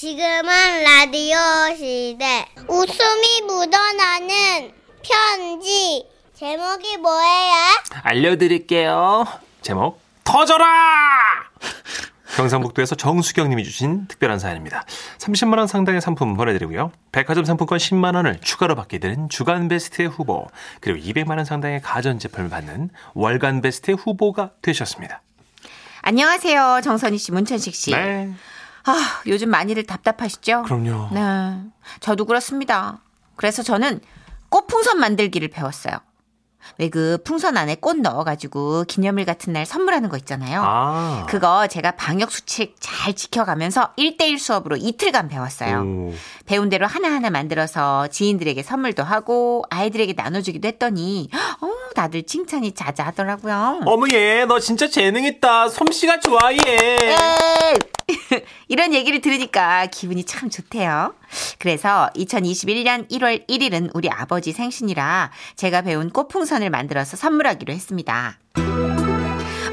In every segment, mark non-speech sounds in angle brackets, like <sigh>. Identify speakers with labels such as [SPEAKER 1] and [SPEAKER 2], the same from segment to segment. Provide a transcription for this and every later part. [SPEAKER 1] 지금은 라디오 시대. 웃음이 묻어나는 편지. 제목이 뭐예요?
[SPEAKER 2] 알려드릴게요. 제목 터져라! 경상북도에서 정수경님이 주신 특별한 사연입니다. 30만 원 상당의 상품 보내드리고요. 백화점 상품권 10만 원을 추가로 받게 되는 주간 베스트의 후보 그리고 200만 원 상당의 가전제품을 받는 월간 베스트의 후보가 되셨습니다.
[SPEAKER 3] 안녕하세요. 정선희 씨, 문천식 씨.
[SPEAKER 2] 네,
[SPEAKER 3] 아, 요즘 많이들 답답하시죠?
[SPEAKER 2] 그럼요.
[SPEAKER 3] 네. 저도 그렇습니다. 그래서 저는 꽃풍선 만들기를 배웠어요. 왜 그 풍선 안에 꽃 넣어가지고 기념일 같은 날 선물하는 거 있잖아요.
[SPEAKER 2] 아,
[SPEAKER 3] 그거 제가 방역수칙 잘 지켜가면서 1대1 수업으로 이틀간 배웠어요.
[SPEAKER 2] 오,
[SPEAKER 3] 배운 대로 하나하나 만들어서 지인들에게 선물도 하고 아이들에게 나눠주기도 했더니 어, 다들 칭찬이 자자하더라고요.
[SPEAKER 2] 어머 얘, 너 진짜 재능 있다. 솜씨가 좋아 얘.
[SPEAKER 3] 네. 예! <laughs> 이런 얘기를 들으니까 기분이 참 좋대요. 그래서 2021년 1월 1일은 우리 아버지 생신이라 제가 배운 꽃풍선을 만들어서 선물하기로 했습니다.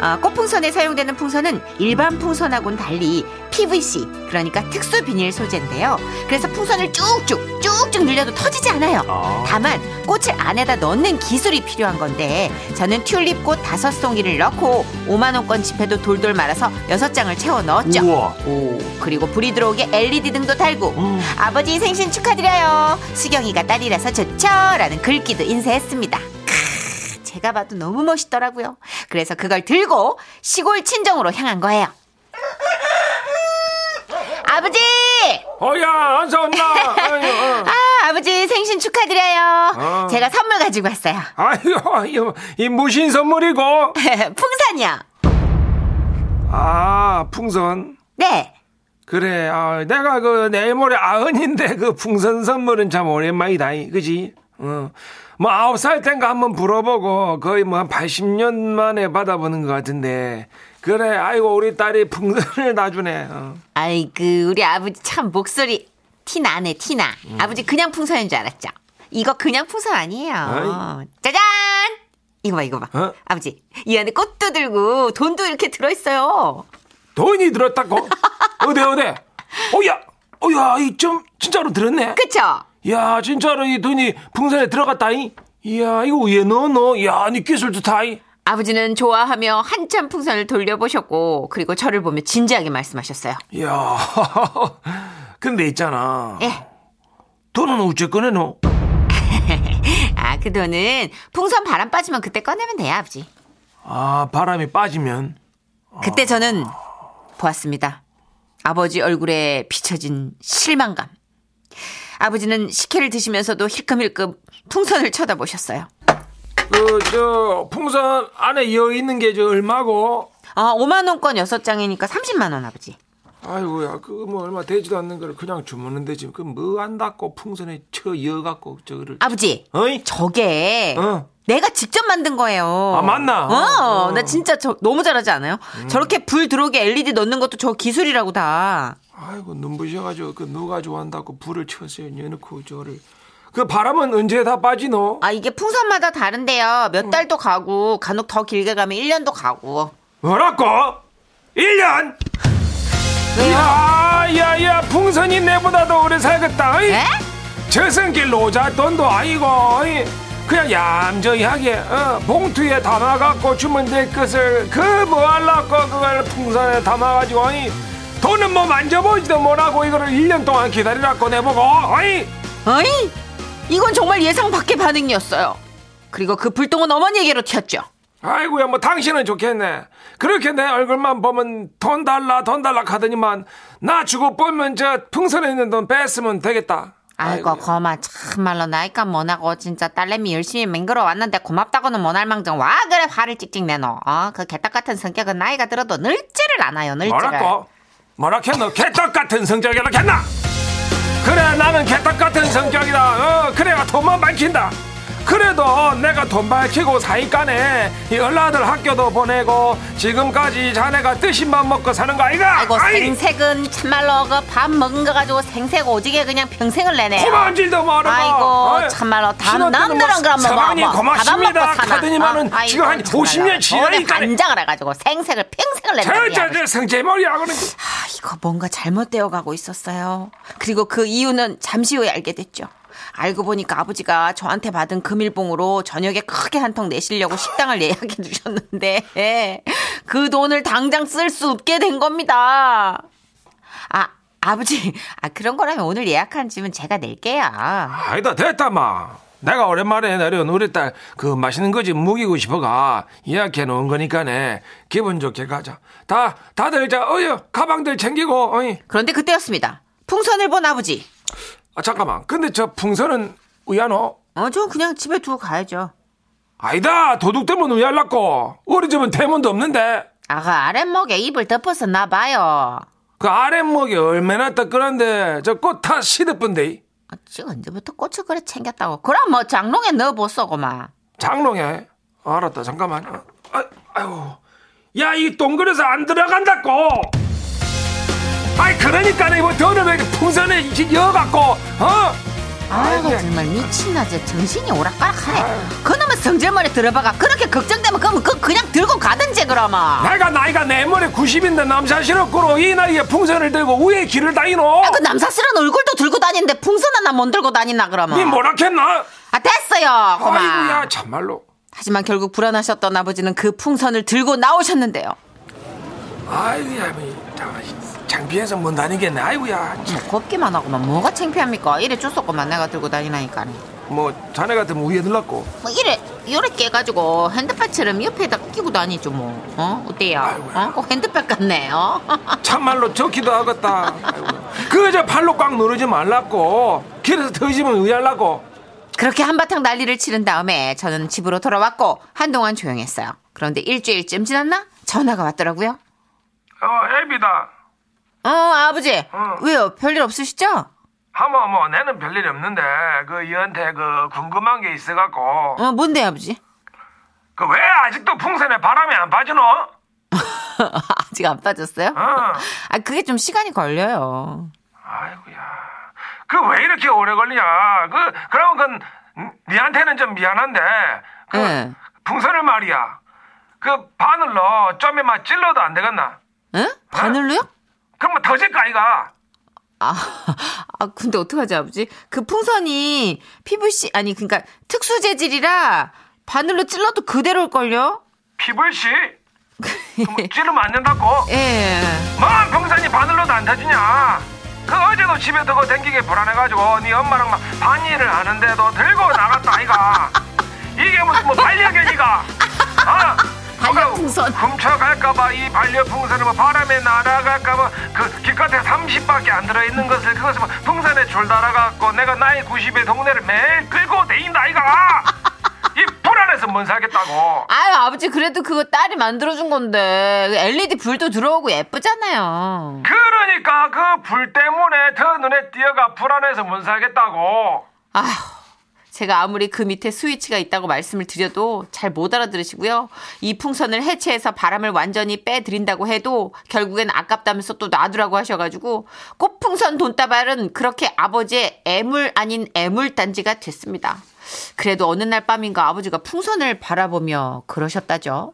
[SPEAKER 3] 어, 꽃풍선에 사용되는 풍선은 일반 풍선하고는 달리 PVC, 그러니까 특수 비닐 소재인데요. 그래서 풍선을 쭉쭉, 쭉쭉 늘려도 터지지 않아요.
[SPEAKER 2] 아.
[SPEAKER 3] 다만 꽃을 안에다 넣는 기술이 필요한 건데 저는 튤립꽃 다섯 송이를 넣고 5만 원권 지폐도 돌돌 말아서 여섯 장을 채워 넣었죠.
[SPEAKER 2] 우와.
[SPEAKER 3] 오, 그리고 불이 들어오게 LED 등도 달고
[SPEAKER 2] 음.
[SPEAKER 3] 아버지 생신 축하드려요. 수경이가 딸이라서 좋죠라는 글귀도 인쇄했습니다. 크, 제가 봐도 너무 멋있더라고요. 그래서 그걸 들고 시골 친정으로 향한 거예요. 아버지!
[SPEAKER 2] 어야, 안서 엄마. 아유, 어.
[SPEAKER 3] 아, 아버지 생신 축하드려요.
[SPEAKER 2] 아.
[SPEAKER 3] 제가 선물 가지고 왔어요.
[SPEAKER 2] 아유, <laughs> 이, 이 무신 선물이고.
[SPEAKER 3] <laughs> 풍선이요.
[SPEAKER 2] 아, 풍선.
[SPEAKER 3] 네.
[SPEAKER 2] 그래, 아, 내가 그 내일 모레 아흔인데 그 풍선 선물은 참 오랜만이다, 이. 그지? 어. 뭐 아홉 살 땐가 한번 불어보고 거의 뭐 한 80년 만에 받아보는 것 같은데. 그래, 아이고, 우리 딸이 풍선을 놔주네. 어.
[SPEAKER 3] 아이고, 우리 아버지 참 목소리 티 나네, 티 나.
[SPEAKER 2] 음.
[SPEAKER 3] 아버지 그냥 풍선인 줄 알았죠? 이거 그냥 풍선 아니에요.
[SPEAKER 2] 아이.
[SPEAKER 3] 짜잔! 이거 봐, 이거 봐.
[SPEAKER 2] 어?
[SPEAKER 3] 아버지, 이 안에 꽃도 들고 돈도 이렇게 들어있어요.
[SPEAKER 2] 돈이 들었다고? 어디, 어디? 어야, 어야, 이 좀 진짜로 들었네.
[SPEAKER 3] 그쵸?
[SPEAKER 2] 야, 진짜로 이 돈이 풍선에 들어갔다이. 이야, 이거 왜 넣어? 야, 니 기술도 다이.
[SPEAKER 3] 아버지는 좋아하며 한참 풍선을 돌려보셨고, 그리고 저를 보며 진지하게 말씀하셨어요.
[SPEAKER 2] 야, <laughs> 근데 있잖아.
[SPEAKER 3] 예.
[SPEAKER 2] 돈은 어째 꺼내노?
[SPEAKER 3] 아, 그 돈은 풍선 바람 빠지면 그때 꺼내면 돼요, 아버지.
[SPEAKER 2] 아, 바람이 빠지면. 아.
[SPEAKER 3] 그때 저는 보았습니다. 아버지 얼굴에 비춰진 실망감. 아버지는 식혜를 드시면서도 힐끔힐끔 풍선을 쳐다보셨어요.
[SPEAKER 2] 그, 저, 풍선 안에 여어 있는 게 저 얼마고?
[SPEAKER 3] 아, 5만원권 6장이니까 30만원 아버지.
[SPEAKER 2] 아이고야, 그거 뭐 얼마 되지도 않는 걸 그냥 주문했는데 지금 그뭐안 닫고 풍선에 쳐 여갖고 저거를.
[SPEAKER 3] 아버지,
[SPEAKER 2] 어이?
[SPEAKER 3] 저게
[SPEAKER 2] 어.
[SPEAKER 3] 내가 직접 만든 거예요.
[SPEAKER 2] 아, 맞나?
[SPEAKER 3] 어,
[SPEAKER 2] 어. 음.
[SPEAKER 3] 나 진짜 저, 너무 잘하지 않아요? 저렇게 불 들어오게 LED 넣는 것도 저 기술이라고 다.
[SPEAKER 2] 아이고, 눈부셔가지고 그 누가 좋아한다고 불을 쳤어요. 내놓고 저를. 그 바람은 언제 다 빠지노?
[SPEAKER 3] 아, 이게 풍선마다 다른데요.
[SPEAKER 2] 음.
[SPEAKER 3] 몇 달도 가고, 간혹 더 길게 가면 1년도 가고.
[SPEAKER 2] 뭐라고? 1년!
[SPEAKER 3] 왜요?
[SPEAKER 2] 야, 야, 야, 풍선이 내보다도 오래 살겠다. 어이?
[SPEAKER 3] 에?
[SPEAKER 2] 저승길 로자 돈도 아니고 어이. 그냥 얌전하게 어, 봉투에 담아갖고 주면 될 것을 그 뭐할라고 그걸 풍선에 담아가지고 어이. 돈은 뭐 만져보지도 못하고 이거를 1년 동안 기다리라고 내보고 어이.
[SPEAKER 3] 어이? 이건 정말 예상 밖의 반응이었어요. 그리고 그 불똥은 어머니에게로 튀었죠.
[SPEAKER 2] 아이고야 뭐 당신은 좋겠네 그렇게 내 얼굴만 보면 돈 달라 돈 달라 하더니만 나 주고 보면 저 풍선에 있는 돈 뺐으면 되겠다
[SPEAKER 3] 아이고, 거마, 참말로, 나이가 뭐나고, 진짜 딸내미 열심히 맹글어 왔는데 고맙다고는 못할 망정. 와, 그래, 화를 찍찍 내노. 어, 그 개떡 같은 성격은 나이가 들어도 늙지를 않아요, 늙지를.
[SPEAKER 2] 뭐라고? 뭐라겠노? 개떡 같은 성격이라 했나? 그래 나는 개떡 같은 성격이다. 어 그래야 돈만 밝힌다. 그래도 어, 내가 돈 밝히고 사이간에 이 얼라들 학교도 보내고 지금까지 자네가 뜨신밥 먹고 사는 거 아이가?
[SPEAKER 3] 아이고,
[SPEAKER 2] 아이,
[SPEAKER 3] 생색은 참말로, 그 밥 먹은 거 가지고 생색 오지게 그냥 평생을 내네.
[SPEAKER 2] 고만질도 뭐 말하고
[SPEAKER 3] 아이고,
[SPEAKER 2] 네. 어?
[SPEAKER 3] 참말로 다 남들은 그러면 뭐,
[SPEAKER 2] 사방이
[SPEAKER 3] 뭐,
[SPEAKER 2] 고맙습니다.
[SPEAKER 3] 밥안 먹고 사나.
[SPEAKER 2] 카드니만은
[SPEAKER 3] 어, 아이고,
[SPEAKER 2] 지금 한
[SPEAKER 3] 참말로.
[SPEAKER 2] 50년
[SPEAKER 3] 오늘
[SPEAKER 2] 지나니까
[SPEAKER 3] 반장을 해가지고 생색을 평생을 낸다.
[SPEAKER 2] 저저저 성재머리하고는
[SPEAKER 3] 아, 이거 뭔가 잘못되어 가고 있었어요. 그리고 그 이유는 잠시 후에 알게 됐죠. 알고 보니까 아버지가 저한테 받은 금일봉으로 저녁에 크게 한 통 내시려고 식당을 예약해 주셨는데 <laughs> 예, 그 돈을 당장 쓸 수 없게 된 겁니다. 아, 아버지. 아, 그런 거라면 오늘 예약한 집은 제가 낼게요.
[SPEAKER 2] 아니다 됐다 마 내가 오랜만에 내려온 우리 딸 그 맛있는 거지 묵이고 싶어가 예약해 놓은 거니까네 기분 좋게 가자 다 다들 자 어여 가방들 챙기고 어이
[SPEAKER 3] 그런데 그때였습니다. 풍선을 본 아버지.
[SPEAKER 2] 아 잠깐만 근데 저 풍선은 의아노
[SPEAKER 3] 어, 저 그냥 집에 두고 가야죠.
[SPEAKER 2] 아니다 도둑대문 의아랐고 우리 집은 대문도 없는데
[SPEAKER 3] 아가 아랫목에 입을 덮었었나 봐요.
[SPEAKER 2] 그 아랫목이 얼마나 뜨끈한데 저 꽃 다 시드뿐데
[SPEAKER 3] 아, 지금 언제부터 꽃을 그래 챙겼다고. 그럼 뭐 장롱에 넣어보소고만.
[SPEAKER 2] 장롱에 알았다 잠깐만 어, 아, 아유 야이 동그래서 안 들어간다고 아이 그러니까 이뭐 더는 왜 이렇게 풍선에 이렇게 여갖고 어?
[SPEAKER 3] 아이고
[SPEAKER 2] 아이고.
[SPEAKER 3] 정말 미친나 저 정신이 오락가락하네. 그놈의 성질머리 들어봐가. 그렇게 걱정되면 그럼 그 그냥 들고 가든지 그러면.
[SPEAKER 2] 내가 나이가 내 머리 90인데 남자시럽고로 이 나이에 풍선을 들고 우에 길을 다니노
[SPEAKER 3] 아, 그 남사스러운 얼굴도 들고 다니는데 풍선 하나 못 들고 다니나 그러면.
[SPEAKER 2] 니 뭐라 했나
[SPEAKER 3] 아 됐어요.
[SPEAKER 2] 아이고야
[SPEAKER 3] 고마.
[SPEAKER 2] 참말로
[SPEAKER 3] 하지만 결국 불안하셨던 아버지는 그 풍선을 들고 나오셨는데요.
[SPEAKER 2] 아이고야 뭐, 자, 장비에서 못 다니겠네 아이고야
[SPEAKER 3] 뭐 곱기만 하고만 뭐가 창피합니까? 이래 쫓았고만 내가 들고 다니나니까. 뭐
[SPEAKER 2] 뭐 자네 같으면 우에 들렀고
[SPEAKER 3] 이래 요래 깨가지고 핸드백처럼 옆에다 끼고 다니죠 뭐. 어 어때요?
[SPEAKER 2] 아이고야.
[SPEAKER 3] 어? 꼭 핸드백 같네. 어?
[SPEAKER 2] 참말로 좋기도 하겠다. 그저 팔로 꽉 누르지 말라고. 길에서 터지면 의할라고.
[SPEAKER 3] <laughs> 그렇게 한바탕 난리를 치른 다음에 저는 집으로 돌아왔고 한동안 조용했어요. 그런데 일주일쯤 지났나 전화가 왔더라고요.
[SPEAKER 2] 어, 애비다.
[SPEAKER 3] 어 아버지
[SPEAKER 2] 응.
[SPEAKER 3] 왜요? 별일 없으시죠?
[SPEAKER 2] 하모 뭐 내는 별일 없는데 그 이한테 그 궁금한 게 있어갖고
[SPEAKER 3] 어 뭔데 아버지? <laughs>
[SPEAKER 2] 그 왜 아직도 풍선에 바람이 안 빠지노?
[SPEAKER 3] 아직 안 빠졌어요?
[SPEAKER 2] 어.
[SPEAKER 3] 아 그게 좀 시간이 걸려요.
[SPEAKER 2] 아이고야. 그 왜 이렇게 오래 걸리냐? 그 그러면 그 니한테는 좀 미안한데 그
[SPEAKER 3] 응.
[SPEAKER 2] 풍선을 말이야. 그 바늘로 좀에만 찔러도 안 되겠나?
[SPEAKER 3] 응? 바늘로요?
[SPEAKER 2] 그러면 터질 거 아이가.
[SPEAKER 3] 아, 아 근데 어떡하지 아버지? 그 풍선이 PVC 아니 그러니까 특수 재질이라 바늘로 찔러도 그대로일 걸요? <laughs>
[SPEAKER 2] 피블씨 뭐
[SPEAKER 3] 네.
[SPEAKER 2] 찌르면 안 된다고
[SPEAKER 3] 예.
[SPEAKER 2] 뭔 평산이 바늘로도 안 터지냐 그 어제도 집에 두고 댕기게 불안해가지고 네 엄마랑 막 반일을 하는데도 들고 나갔다 아이가 이게 무슨 뭐 반려견이가 아
[SPEAKER 3] 반려풍선.
[SPEAKER 2] 훔쳐갈까봐 이 반려풍선을 뭐 바람에 날아갈까봐 그 기껏해 30밖에 안 들어있는 것을 그것을 뭐 풍선에 줄 달아갖고 내가 나이 90의 동네를 매일 끌고 다닌다 아이가 이 불안해서 못 살겠다고
[SPEAKER 3] 아유 아버지 그래도 그거 딸이 만들어준 건데 LED 불도 들어오고 예쁘잖아요.
[SPEAKER 2] 그러니까 그 불 때문에 더 눈에 띄어가 불안해서 못 살겠다고.
[SPEAKER 3] 아 제가 아무리 그 밑에 스위치가 있다고 말씀을 드려도 잘 못 알아들으시고요. 이 풍선을 해체해서 바람을 완전히 빼드린다고 해도 결국엔 아깝다면서 또 놔두라고 하셔가지고 꽃풍선 돈다발은 그렇게 아버지의 애물 아닌 애물단지가 됐습니다. 그래도 어느 날 밤인가 아버지가 풍선을 바라보며 그러셨다죠.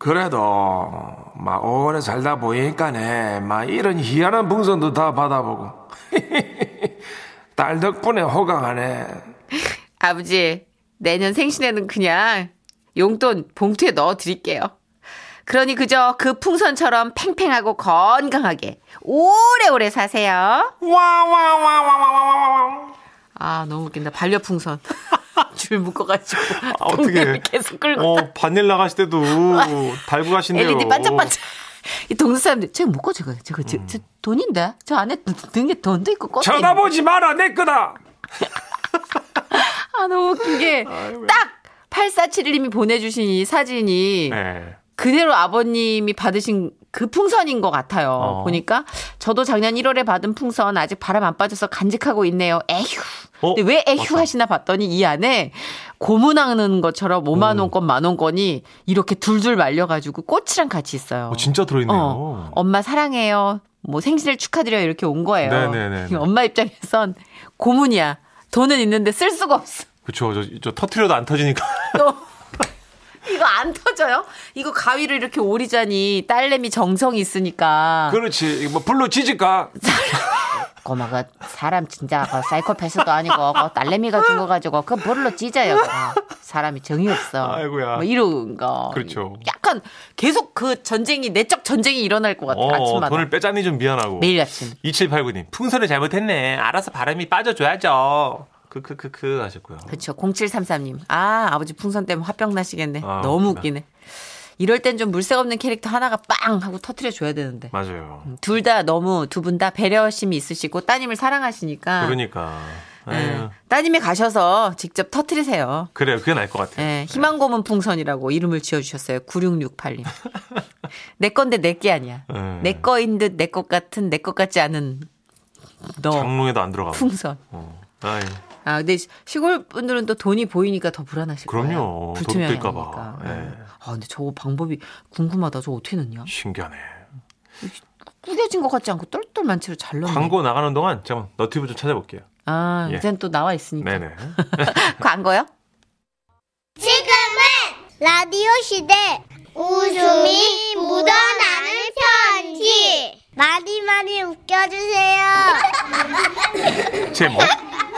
[SPEAKER 2] 그래도 막 오래 살다 보니까네 막 이런 희한한 풍선도 다 받아보고 <laughs> 딸 덕분에 호강하네
[SPEAKER 3] 아버지, 내년 생신에는 그냥 용돈 봉투에 넣어 드릴게요. 그러니 그저 그 풍선처럼 팽팽하고 건강하게 오래오래 사세요.
[SPEAKER 2] 와와와와와와와
[SPEAKER 3] 아, 너무 웃긴다. 반려풍선. <laughs> 줄 묶어가지고.
[SPEAKER 4] 아, 어떡해.
[SPEAKER 3] 동네를 <laughs> 계속 끌고.
[SPEAKER 4] 어, 바닐 나가실 때도 달고 가신대요. 어.
[SPEAKER 3] LED 반짝반짝. <laughs> 이 동네 사람들, 쟤 묶어, 저거. 저거, 저,
[SPEAKER 4] 음.
[SPEAKER 3] 저 돈인데? 저 안에 등에 돈도 있고, 꽃도 있고.
[SPEAKER 2] 쳐다보지 마라 내 거다
[SPEAKER 3] 아, 너무 웃긴 게. 딱! 8471님이 보내주신 이 사진이.
[SPEAKER 4] 네.
[SPEAKER 3] 그대로 아버님이 받으신 그 풍선인 것 같아요.
[SPEAKER 4] 어.
[SPEAKER 3] 보니까 저도 작년 1월에 받은 풍선 아직 바람 안 빠져서 간직하고 있네요. 에휴.
[SPEAKER 4] 어?
[SPEAKER 3] 근데 왜 에휴
[SPEAKER 4] 맞다.
[SPEAKER 3] 하시나 봤더니 이 안에 고무나는 것처럼
[SPEAKER 4] 음.
[SPEAKER 3] 5만 원권, 만 원권이 이렇게 둘둘 말려가지고 꽃이랑 같이 있어요.
[SPEAKER 4] 어, 진짜 들어있네요.
[SPEAKER 3] 어, 엄마 사랑해요. 뭐 생신을 축하드려요. 이렇게 온 거예요.
[SPEAKER 4] 네네네.
[SPEAKER 3] 엄마 입장에선 고문이야. 돈은 있는데 쓸 수가 없어. <laughs>
[SPEAKER 4] 그쵸. 저, 저 터트려도 안 터지니까.
[SPEAKER 3] 또 이거 안 터져요? 이거 가위로 이렇게 오리자니 딸내미 정성이 있으니까.
[SPEAKER 2] 그렇지. 뭐 불로 지질까?
[SPEAKER 3] 고마가 그 사람 진짜 그 사이코패스도 아니고 그 딸내미가 준 거 가지고 그 뭘로 찢어요. 그거. 사람이 정이 없어.
[SPEAKER 4] 아이고야.
[SPEAKER 3] 뭐 이런 거.
[SPEAKER 4] 그렇죠.
[SPEAKER 3] 약간 계속 그 전쟁이 내적 전쟁이 일어날 것 같아.
[SPEAKER 4] 어,
[SPEAKER 3] 아침마다.
[SPEAKER 4] 돈을 빼자니 좀 미안하고.
[SPEAKER 3] 매일 아침.
[SPEAKER 4] 2789님, 풍선을 잘못했네. 알아서 바람이 빠져줘야죠. 크크크크 하셨고요.
[SPEAKER 3] 그렇죠. 0733님. 아, 아버지 풍선 때문에 화병 나시겠네.
[SPEAKER 4] 아,
[SPEAKER 3] 너무
[SPEAKER 4] 그렇구나.
[SPEAKER 3] 웃기네. 이럴 땐 좀 물색 없는 캐릭터 하나가 빵 하고 터트려 줘야 되는데.
[SPEAKER 4] 맞아요.
[SPEAKER 3] 둘 다 너무 두 분 다 배려심이 있으시고 따님을 사랑하시니까.
[SPEAKER 4] 그러니까.
[SPEAKER 3] 예,
[SPEAKER 4] 아유,
[SPEAKER 3] 따님이 가셔서 직접 터트리세요.
[SPEAKER 4] 그래요. 그게 나을 것 같아요.
[SPEAKER 3] 예, 희망고문 풍선이라고 이름을 지어주셨어요.
[SPEAKER 4] <laughs>
[SPEAKER 3] 9668님. 내 건데 내 게 아니야.
[SPEAKER 4] 예.
[SPEAKER 3] 내 거인 듯 내 것 같은 내 것 같지 않은 너
[SPEAKER 4] 장롱에도 안 들어가고.
[SPEAKER 3] 풍선.
[SPEAKER 4] 어. 아이,
[SPEAKER 3] 아 근데 시- 시골 분들은 또 돈이 보이니까 더 불안하실
[SPEAKER 4] 그럼요.
[SPEAKER 3] 거예요.
[SPEAKER 4] 돈
[SPEAKER 3] 불투명이
[SPEAKER 4] 뜰까 봐.
[SPEAKER 3] 아니니까.
[SPEAKER 4] 예.
[SPEAKER 3] 네. 아 근데 저 방법이 궁금하다. 저 어떻게 넣냐?
[SPEAKER 4] 신기하네.
[SPEAKER 3] 꾸겨진 것 같지 않고 똘똘만 치로 잘 넣네.
[SPEAKER 4] 광고 나가는 동안 잠깐 너튜브 좀 찾아볼게요.
[SPEAKER 3] 아
[SPEAKER 4] 예.
[SPEAKER 3] 이젠 또 나와 있으니까.
[SPEAKER 4] 네네.
[SPEAKER 3] <laughs> 광고요?
[SPEAKER 1] 지금은 라디오 시대 웃음이 묻어나는 편지 많이 많이 웃겨주세요.
[SPEAKER 4] 제목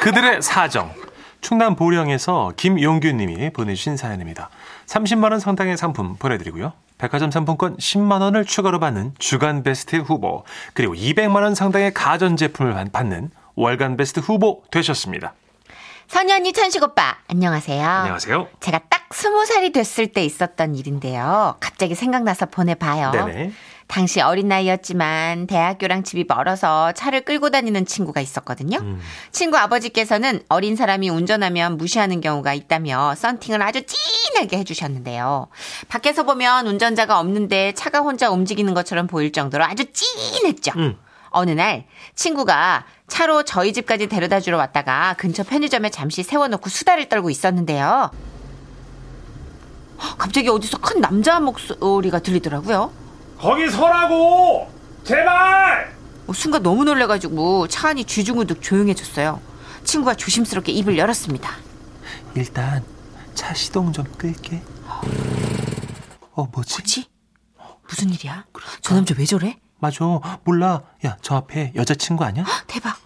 [SPEAKER 4] 그들의 사정 충남 보령에서 김용규님이 보내주신 사연입니다. 30만 원 상당의 상품 보내드리고요. 백화점 상품권 10만 원을 추가로 받는 주간 베스트 후보 그리고 200만 원 상당의 가전 제품을 받- 받는 월간 베스트 후보 되셨습니다.
[SPEAKER 3] 선희 언니 천식 오빠 안녕하세요.
[SPEAKER 4] 안녕하세요.
[SPEAKER 3] 제가 딱 스무 살이 됐을 때 있었던 일인데요. 갑자기 생각나서 보내봐요.
[SPEAKER 4] 네네.
[SPEAKER 3] 당시 어린 나이였지만 대학교랑 집이 멀어서 차를 끌고 다니는 친구가 있었거든요. 친구 아버지께서는 어린 사람이 운전하면 무시하는 경우가 있다며 썬팅을 아주 진하게 해주셨는데요. 밖에서 보면 운전자가 없는데 차가 혼자 움직이는 것처럼 보일 정도로 아주 진했죠. 어느 날 친구가 차로 저희 집까지 데려다 주러 왔다가 근처 편의점에 잠시 세워놓고 수다를 떨고 있었는데요. 갑자기 어디서 큰 남자 목소리가 들리더라고요.
[SPEAKER 2] 거기 서라고! 제발!
[SPEAKER 3] 어, 순간 너무 놀래가지고 차 안이 쥐중우득 조용해졌어요. 친구가 조심스럽게 입을 열었습니다.
[SPEAKER 4] 일단 차 시동 좀 끌게. 어 뭐지? 그러니까.
[SPEAKER 3] 뭐지? 어, 무슨 일이야? 저 남자 왜 저래?
[SPEAKER 4] 맞아 몰라. 야 저 앞에 여자친구 아니야?
[SPEAKER 3] 헉, 대박.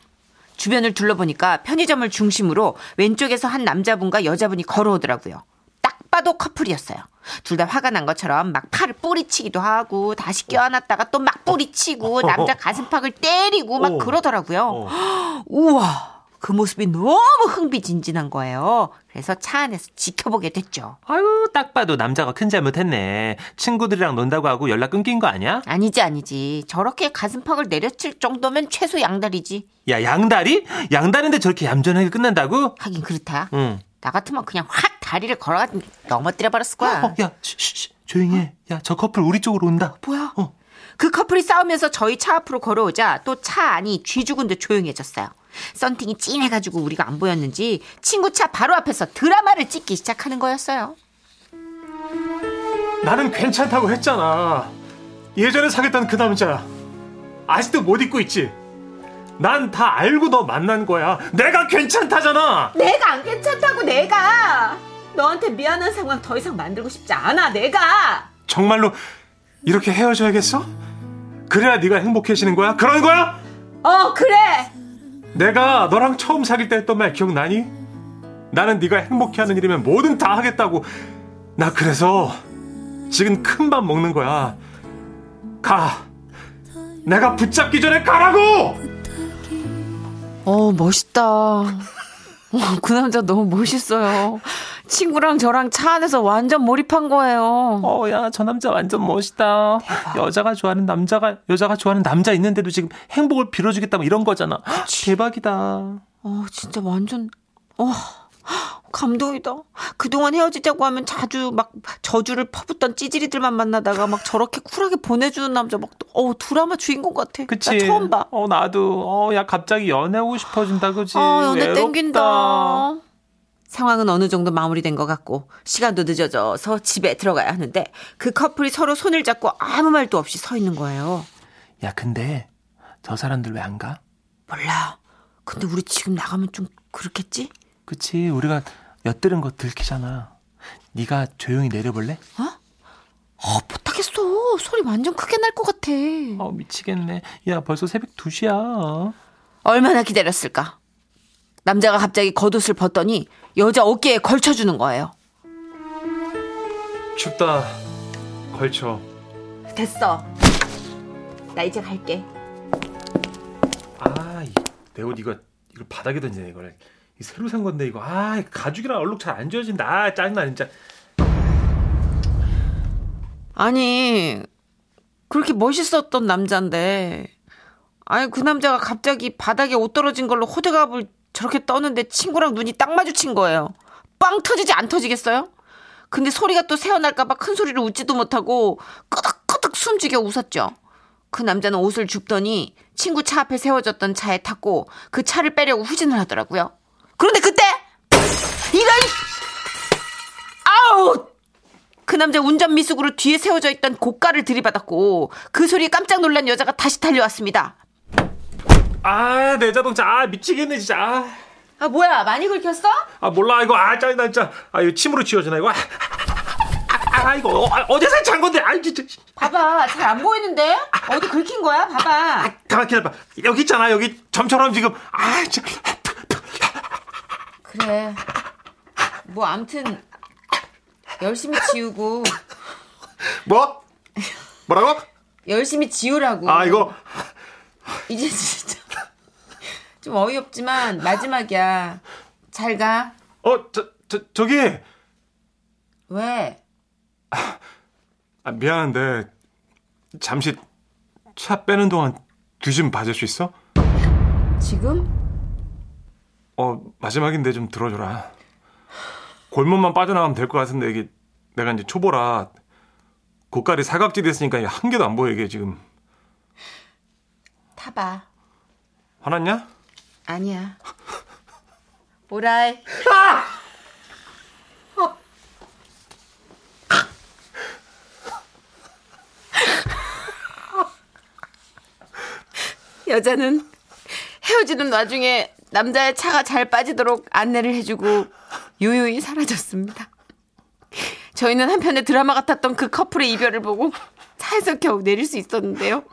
[SPEAKER 3] 주변을 둘러보니까 편의점을 중심으로 왼쪽에서 한 남자분과 여자분이 걸어오더라고요. 딱 봐도 커플이었어요. 둘 다 화가 난 것처럼 막 팔을 뿌리치기도 하고
[SPEAKER 4] 어.
[SPEAKER 3] 다시 껴안았다가 또 막 뿌리치고 남자 가슴팍을 때리고 막
[SPEAKER 4] 어.
[SPEAKER 3] 그러더라고요.
[SPEAKER 4] 어.
[SPEAKER 3] 우와 그 모습이 너무 흥미진진한 거예요. 그래서 차 안에서 지켜보게 됐죠.
[SPEAKER 4] 아유, 딱 봐도 남자가 큰 잘못했네. 친구들이랑 논다고 하고 연락 끊긴 거 아니야?
[SPEAKER 3] 아니지 아니지 저렇게 가슴팍을 내려칠 정도면 최소 양다리지.
[SPEAKER 4] 야, 양다리? 양다리인데 저렇게 얌전하게 끝난다고?
[SPEAKER 3] 하긴 그렇다.
[SPEAKER 4] 응.
[SPEAKER 3] 나 같으면 그냥 확 다리를 걸어가 넘어뜨려 버렸을
[SPEAKER 4] 어,
[SPEAKER 3] 거야.
[SPEAKER 4] 어, 야, 쉬, 쉬, 쉬, 조용히 해. 야, 저 커플 우리 쪽으로 온다.
[SPEAKER 3] 뭐야?
[SPEAKER 4] 어.
[SPEAKER 3] 그 커플이 싸우면서 저희 차 앞으로 걸어오자 또 차 안이 쥐죽은 듯 조용해졌어요. 썬팅이 찐해가지고 우리가 안 보였는지 친구 차 바로 앞에서 드라마를 찍기 시작하는 거였어요.
[SPEAKER 5] 나는 괜찮다고 했잖아. 예전에 사귀었던 그 남자 아직도 못 잊고 있지. 난 다 알고 너 만난 거야. 내가 괜찮다잖아.
[SPEAKER 3] 내가 안 괜찮다고 내가 너한테 미안한 상황 더 이상 만들고 싶지 않아 내가
[SPEAKER 5] 정말로 이렇게 헤어져야겠어? 그래야 네가 행복해지는 거야. 그런 거야?
[SPEAKER 3] 어 그래
[SPEAKER 5] 내가 너랑 처음 사귈 때 했던 말 기억나니? 나는 네가 행복해하는 일이면 뭐든 다 하겠다고. 나 그래서 지금 큰 밥 먹는 거야. 가. 내가 붙잡기 전에 가라고.
[SPEAKER 3] 어 멋있다 어, 그 남자 너무 멋있어요 친구랑 저랑 차 안에서 완전 몰입한 거예요
[SPEAKER 4] 어, 야, 저 남자 완전 멋있다. 여자가 좋아하는 남자가, 여자가 좋아하는 남자 있는데도 지금 행복을 빌어주겠다, 뭐 이런 거잖아. 대박이다.
[SPEAKER 3] 어 진짜 완전 어 감동이다 그동안 헤어지자고 하면 자주 막 저주를 퍼붓던 찌질이들만 만나다가 막 저렇게 쿨하게 보내주는 남자 막어 드라마 주인공 같아
[SPEAKER 4] 그치?
[SPEAKER 3] 나 처음 봐
[SPEAKER 4] 어, 나도. 어, 야, 갑자기 연애하고 싶어진다, 그지?
[SPEAKER 3] 아, 연애
[SPEAKER 4] 외롭다.
[SPEAKER 3] 땡긴다. 상황은 어느 정도 마무리된 것 같고 시간도 늦어져서 집에 들어가야 하는데 그 커플이 서로 손을 잡고 아무 말도 없이 서 있는 거예요.
[SPEAKER 4] 야, 근데 저 사람들 왜 안 가?
[SPEAKER 3] 몰라. 근데 우리 지금 나가면 좀 그렇겠지?
[SPEAKER 4] 그치, 우리가 엿들은 거 들키잖아.
[SPEAKER 6] 네가 조용히 내려볼래?
[SPEAKER 3] 어, 못하겠어. 소리 완전 크게 날 것 같아.
[SPEAKER 6] 어 미치겠네. 야 벌써 새벽 2시야.
[SPEAKER 3] 얼마나 기다렸을까? 남자가 갑자기 겉옷을 벗더니 여자 어깨에 걸쳐주는 거예요.
[SPEAKER 4] 춥다. 걸쳐.
[SPEAKER 3] 됐어. 나 이제 갈게.
[SPEAKER 4] 아, 내옷 이거 이거 바닥에 던지네 이걸. 이 새로 산 건데 이거 아 가죽이랑 얼룩 잘 안 지워진다. 아, 짜증나 진짜.
[SPEAKER 3] 아니, 그렇게 멋있었던 남자인데, 아니, 그 남자가 갑자기 바닥에 옷 떨어진 걸로 호들갑을 저렇게 떠는데 친구랑 눈이 딱 마주친 거예요. 빵 터지지 안 터지겠어요? 근데 소리가 또 새어날까봐 큰 소리로 웃지도 못하고 끄덕끄덕 숨죽여 웃었죠. 그 남자는 옷을 줍더니 친구 차 앞에 세워졌던 차에 탔고 그 차를 빼려고 후진을 하더라고요. 그런데 그때! 이런! 아우! 그 남자 운전 미숙으로 뒤에 세워져 있던 고가를 들이받았고 그 소리에 깜짝 놀란 여자가 다시 달려왔습니다.
[SPEAKER 4] 아 내 자동차 아 미치겠네 진짜. 아,
[SPEAKER 3] 아 뭐야 많이 긁혔어?
[SPEAKER 4] 아, 몰라 이거 아 짜증나 진짜. 아 이거 침으로 지워지나 이거. 아, 아, 아, 아, 이거 어, 아, 어제 산잔 건데 아 진짜.
[SPEAKER 3] 봐봐 잘 안 보이는데 어디 긁힌 거야?
[SPEAKER 4] 아
[SPEAKER 3] 봐봐.
[SPEAKER 4] 가만 기다려봐. 여기 있잖아 여기 점처럼 지금 아 진짜.
[SPEAKER 3] 그래 뭐 암튼 열심히 지우고
[SPEAKER 4] 뭐? 뭐라고?
[SPEAKER 3] 열심히 지우라고.
[SPEAKER 4] 아 이거
[SPEAKER 3] 이제 진짜 좀 어이없지만 마지막이야. 잘 가.
[SPEAKER 4] 어 저 저, 저기
[SPEAKER 3] 왜?
[SPEAKER 4] 아, 미안한데 잠시 차 빼는 동안 뒤 좀 봐줄 수 있어?
[SPEAKER 3] 지금?
[SPEAKER 4] 어 마지막인데 좀 들어줘라. 골목만 빠져나가면 될 것 같은데 이게 내가 이제 초보라 고깔이 사각지대 있으니까 이게 한 개도 안 보여 이게 지금
[SPEAKER 3] 타봐.
[SPEAKER 4] 화났냐?
[SPEAKER 3] 아니야. 오라이. 여자는 헤어지는 와중에 남자의 차가 잘 빠지도록 안내를 해주고 유유히 사라졌습니다. 저희는 한편의 드라마 같았던 그 커플의 이별을 보고 차에서 겨우 내릴 수 있었는데요.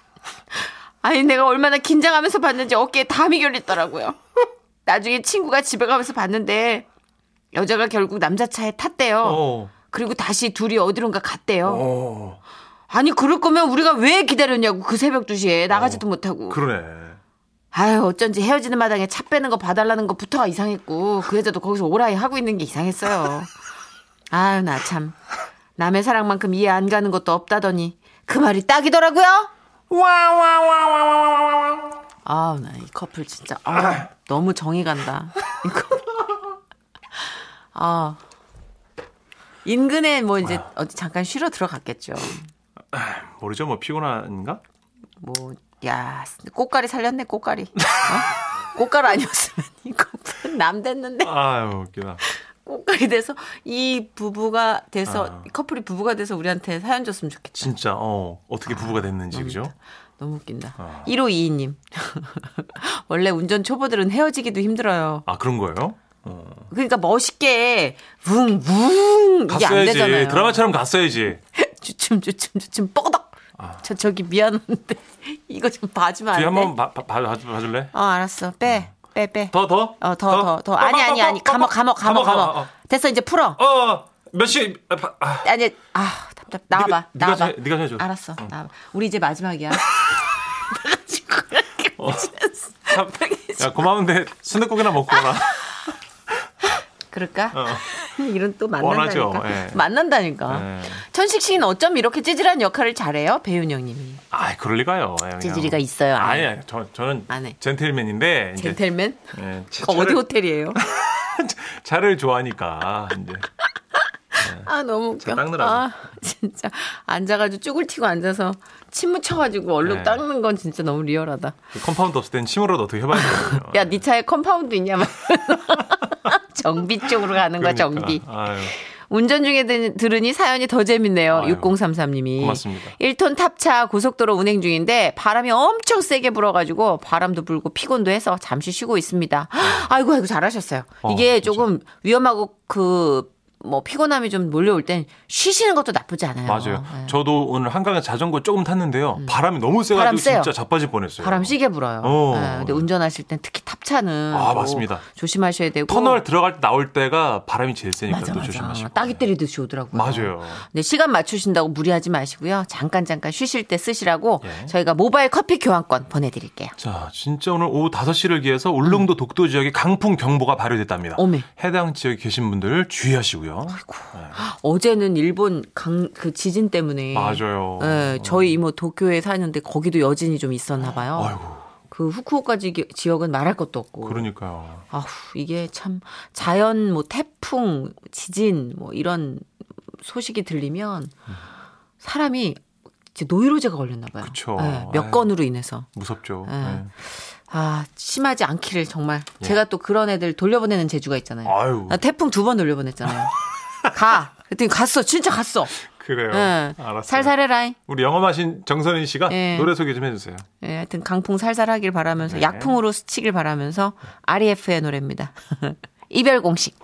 [SPEAKER 3] 아니 내가 얼마나 긴장하면서 봤는지 어깨에 담이 결렸더라고요. 나중에 친구가 집에 가면서 봤는데 여자가 결국 남자 차에 탔대요.
[SPEAKER 4] 어.
[SPEAKER 3] 그리고 다시 둘이 어디론가 갔대요.
[SPEAKER 4] 어
[SPEAKER 3] 아니 그럴 거면 우리가 왜 기다렸냐고 그 새벽 2시에 나가지도
[SPEAKER 4] 어,
[SPEAKER 3] 못하고.
[SPEAKER 4] 그러네.
[SPEAKER 3] 아유 어쩐지 헤어지는 마당에 차 빼는 거 봐달라는 것부터가 이상했고 그 여자도 거기서 오라이 하고 있는 게 이상했어요. 아유 나 참 남의 사랑만큼 이해 안 가는 것도 없다더니 그 말이 딱이더라고요. 아우 나 이 커플 진짜 아, 너무 정이 간다. 이 커플. 아 인근에 뭐 이제 어디 잠깐 쉬러 들어갔겠죠.
[SPEAKER 4] 모르죠 뭐 피곤한가?
[SPEAKER 3] 뭐야 꽃가리 살렸네 꽃가리. 어? <laughs> 꽃가리 아니었으면 이 커플 남 됐는데.
[SPEAKER 4] 어. 아유 웃기다.
[SPEAKER 3] 꽃갈이 돼서 이 부부가 돼서 이 커플이 부부가 돼서 우리한테 사연 줬으면 좋겠다.
[SPEAKER 4] 어. 진짜 어 어떻게 부부가 됐는지 그죠?
[SPEAKER 3] 너무 웃긴다.
[SPEAKER 4] 어.
[SPEAKER 3] 1522님. <laughs> 원래 운전 초보들은 헤어지기도 힘들어요.
[SPEAKER 4] 아 그런 거예요?
[SPEAKER 3] 그러니까 멋있게 웅웅 이게 안
[SPEAKER 4] 갔어야지
[SPEAKER 3] 되잖아요.
[SPEAKER 4] 드라마처럼 갔어야지.
[SPEAKER 3] <laughs> 주춤 주춤 주춤 뻐덕. 저 저기 미안한데 <laughs> 이거 좀 봐주면 안 돼?
[SPEAKER 4] 아. 뒤에 한번 봐- 봐- 봐- 봐줄래?
[SPEAKER 3] 어 알았어. 빼. 빼 빼.
[SPEAKER 4] 더 더?
[SPEAKER 3] 어 더 더 더 아니 아니 아니 감어 감어 감어 감어. 됐어 이제 풀어.
[SPEAKER 4] 어몇시 아, 바- 아,
[SPEAKER 3] 아니 아 답답 나와봐
[SPEAKER 4] 네가
[SPEAKER 3] 나와봐
[SPEAKER 4] 해, 네가 해줘.
[SPEAKER 3] 알았어 나와봐 우리 이제 마지막이야
[SPEAKER 4] <laughs>
[SPEAKER 3] 나가지고
[SPEAKER 4] 어.
[SPEAKER 3] 이렇게 미치겠어.
[SPEAKER 4] 참, 야 고마운데 순대국이나 먹고 오라
[SPEAKER 3] 그럴까 <laughs> 이런 또
[SPEAKER 4] 어. 원하죠,
[SPEAKER 3] 만난다니까
[SPEAKER 4] 예.
[SPEAKER 3] 만난다니까
[SPEAKER 4] 예.
[SPEAKER 3] 천식 씨는 어쩜 이렇게 찌질한 역할을 잘해요 배윤영님이
[SPEAKER 4] 아 그럴 리가요 예, 그냥.
[SPEAKER 3] 찌질이가 있어요
[SPEAKER 4] 아니 아니 저, 저는
[SPEAKER 3] 안 해.
[SPEAKER 4] 젠틀맨인데 이제,
[SPEAKER 3] 젠틀맨
[SPEAKER 4] 예, 차-
[SPEAKER 3] <laughs> 그거 어디
[SPEAKER 4] 차를-
[SPEAKER 3] 호텔이에요
[SPEAKER 4] 차를 좋아하니까 이제 예.
[SPEAKER 3] 아 너무 웃겨
[SPEAKER 4] 자, 닦느라고.
[SPEAKER 3] 아 <laughs> 진짜 앉아가지고 쭈글 튀고 앉아서 침 묻혀가지고 얼룩
[SPEAKER 4] 예.
[SPEAKER 3] 닦는 건 진짜 너무 리얼하다
[SPEAKER 4] 그 컴파운드 없을 땐 침으로도 어떻게 해봐야 되거든요
[SPEAKER 3] <laughs> 야, 네 차에 컴파운드 있냐? 막 이러면서 <laughs> 정비 쪽으로 가는 거야,
[SPEAKER 4] 그러니까.
[SPEAKER 3] 정비.
[SPEAKER 4] 아유,
[SPEAKER 3] 운전 중에 들- 들으니 사연이 더 재밌네요.
[SPEAKER 4] 아유,
[SPEAKER 3] 6033님이.
[SPEAKER 4] 고맙습니다.
[SPEAKER 3] 1톤 탑차 고속도로 운행 중인데 바람이 엄청 세게 불어가지고 바람도 불고 피곤도 해서
[SPEAKER 4] 네.
[SPEAKER 3] 잠시 쉬고 있습니다. 아이고, 아이고, 잘하셨어요.
[SPEAKER 4] 어,
[SPEAKER 3] 이게 조금 위험하고 그 뭐 피곤함이 좀 몰려올 땐 쉬시는 것도 나쁘지 않아요.
[SPEAKER 4] 맞아요.
[SPEAKER 3] 네.
[SPEAKER 4] 저도 오늘 한강에 자전거 조금 탔는데요. 바람이 너무
[SPEAKER 3] 음.
[SPEAKER 4] 세가지고
[SPEAKER 3] 바람 세요.
[SPEAKER 4] 진짜 자빠질 뻔했어요.
[SPEAKER 3] 바람 시게 불어요.
[SPEAKER 4] 어.
[SPEAKER 3] 네, 근데 운전하실 땐 특히 탑차는
[SPEAKER 4] 아,
[SPEAKER 3] 또
[SPEAKER 4] 맞습니다.
[SPEAKER 3] 조심하셔야 되고
[SPEAKER 4] 터널 들어갈 때 나올 때가 바람이 제일 세니까
[SPEAKER 3] 맞아
[SPEAKER 4] 또
[SPEAKER 3] 맞아.
[SPEAKER 4] 조심하시고.
[SPEAKER 3] 따기 때리듯이 오더라고요.
[SPEAKER 4] 맞아요.
[SPEAKER 3] 근데 시간 맞추신다고 무리하지 마시고요. 잠깐 잠깐 쉬실 때 쓰시라고
[SPEAKER 4] 예.
[SPEAKER 3] 저희가 모바일 커피 교환권 보내드릴게요.
[SPEAKER 4] 자, 진짜 오늘 오후 5시를 기해서 울릉도 독도 지역에 강풍 경보가 발효됐답니다.
[SPEAKER 3] 음. 어메.
[SPEAKER 4] 해당 지역에 계신 분들 주의하시고요.
[SPEAKER 3] 어제는 일본 강 그 지진 때문에
[SPEAKER 4] 맞아요.
[SPEAKER 3] 예, 저희 이모 도쿄에 사는데 거기도 여진이 좀 있었나 봐요.
[SPEAKER 4] 아이고,
[SPEAKER 3] 그 후쿠오카 지, 지역은 말할 것도 없고.
[SPEAKER 4] 그러니까요.
[SPEAKER 3] 아후 이게 참 자연 뭐 태풍, 지진 뭐 이런 소식이 들리면 사람이 이제 노이로제가 걸렸나 봐요.
[SPEAKER 4] 그쵸.
[SPEAKER 3] 예, 몇
[SPEAKER 4] 아유.
[SPEAKER 3] 건으로 인해서.
[SPEAKER 4] 무섭죠.
[SPEAKER 3] 예.
[SPEAKER 4] 네.
[SPEAKER 3] 아, 심하지 않기를 정말. 제가 또 그런 애들 돌려보내는 재주가 있잖아요.
[SPEAKER 4] 예. 아유.
[SPEAKER 3] 나 태풍 두 번
[SPEAKER 4] <laughs>
[SPEAKER 3] 돌려보냈잖아요. 가. 그랬더니 갔어. 진짜 갔어.
[SPEAKER 4] 그래요.
[SPEAKER 3] 예.
[SPEAKER 4] 알았어요.
[SPEAKER 3] 살살해라잉.
[SPEAKER 4] 우리 영험하신 정선인 씨가
[SPEAKER 3] 예.
[SPEAKER 4] 노래 소개 좀 해주세요.
[SPEAKER 3] 예, 하여튼 강풍 살살하길 바라면서
[SPEAKER 4] 네.
[SPEAKER 3] 약풍으로 스치길 바라면서 REF의 노래입니다. <laughs> 이별 공식.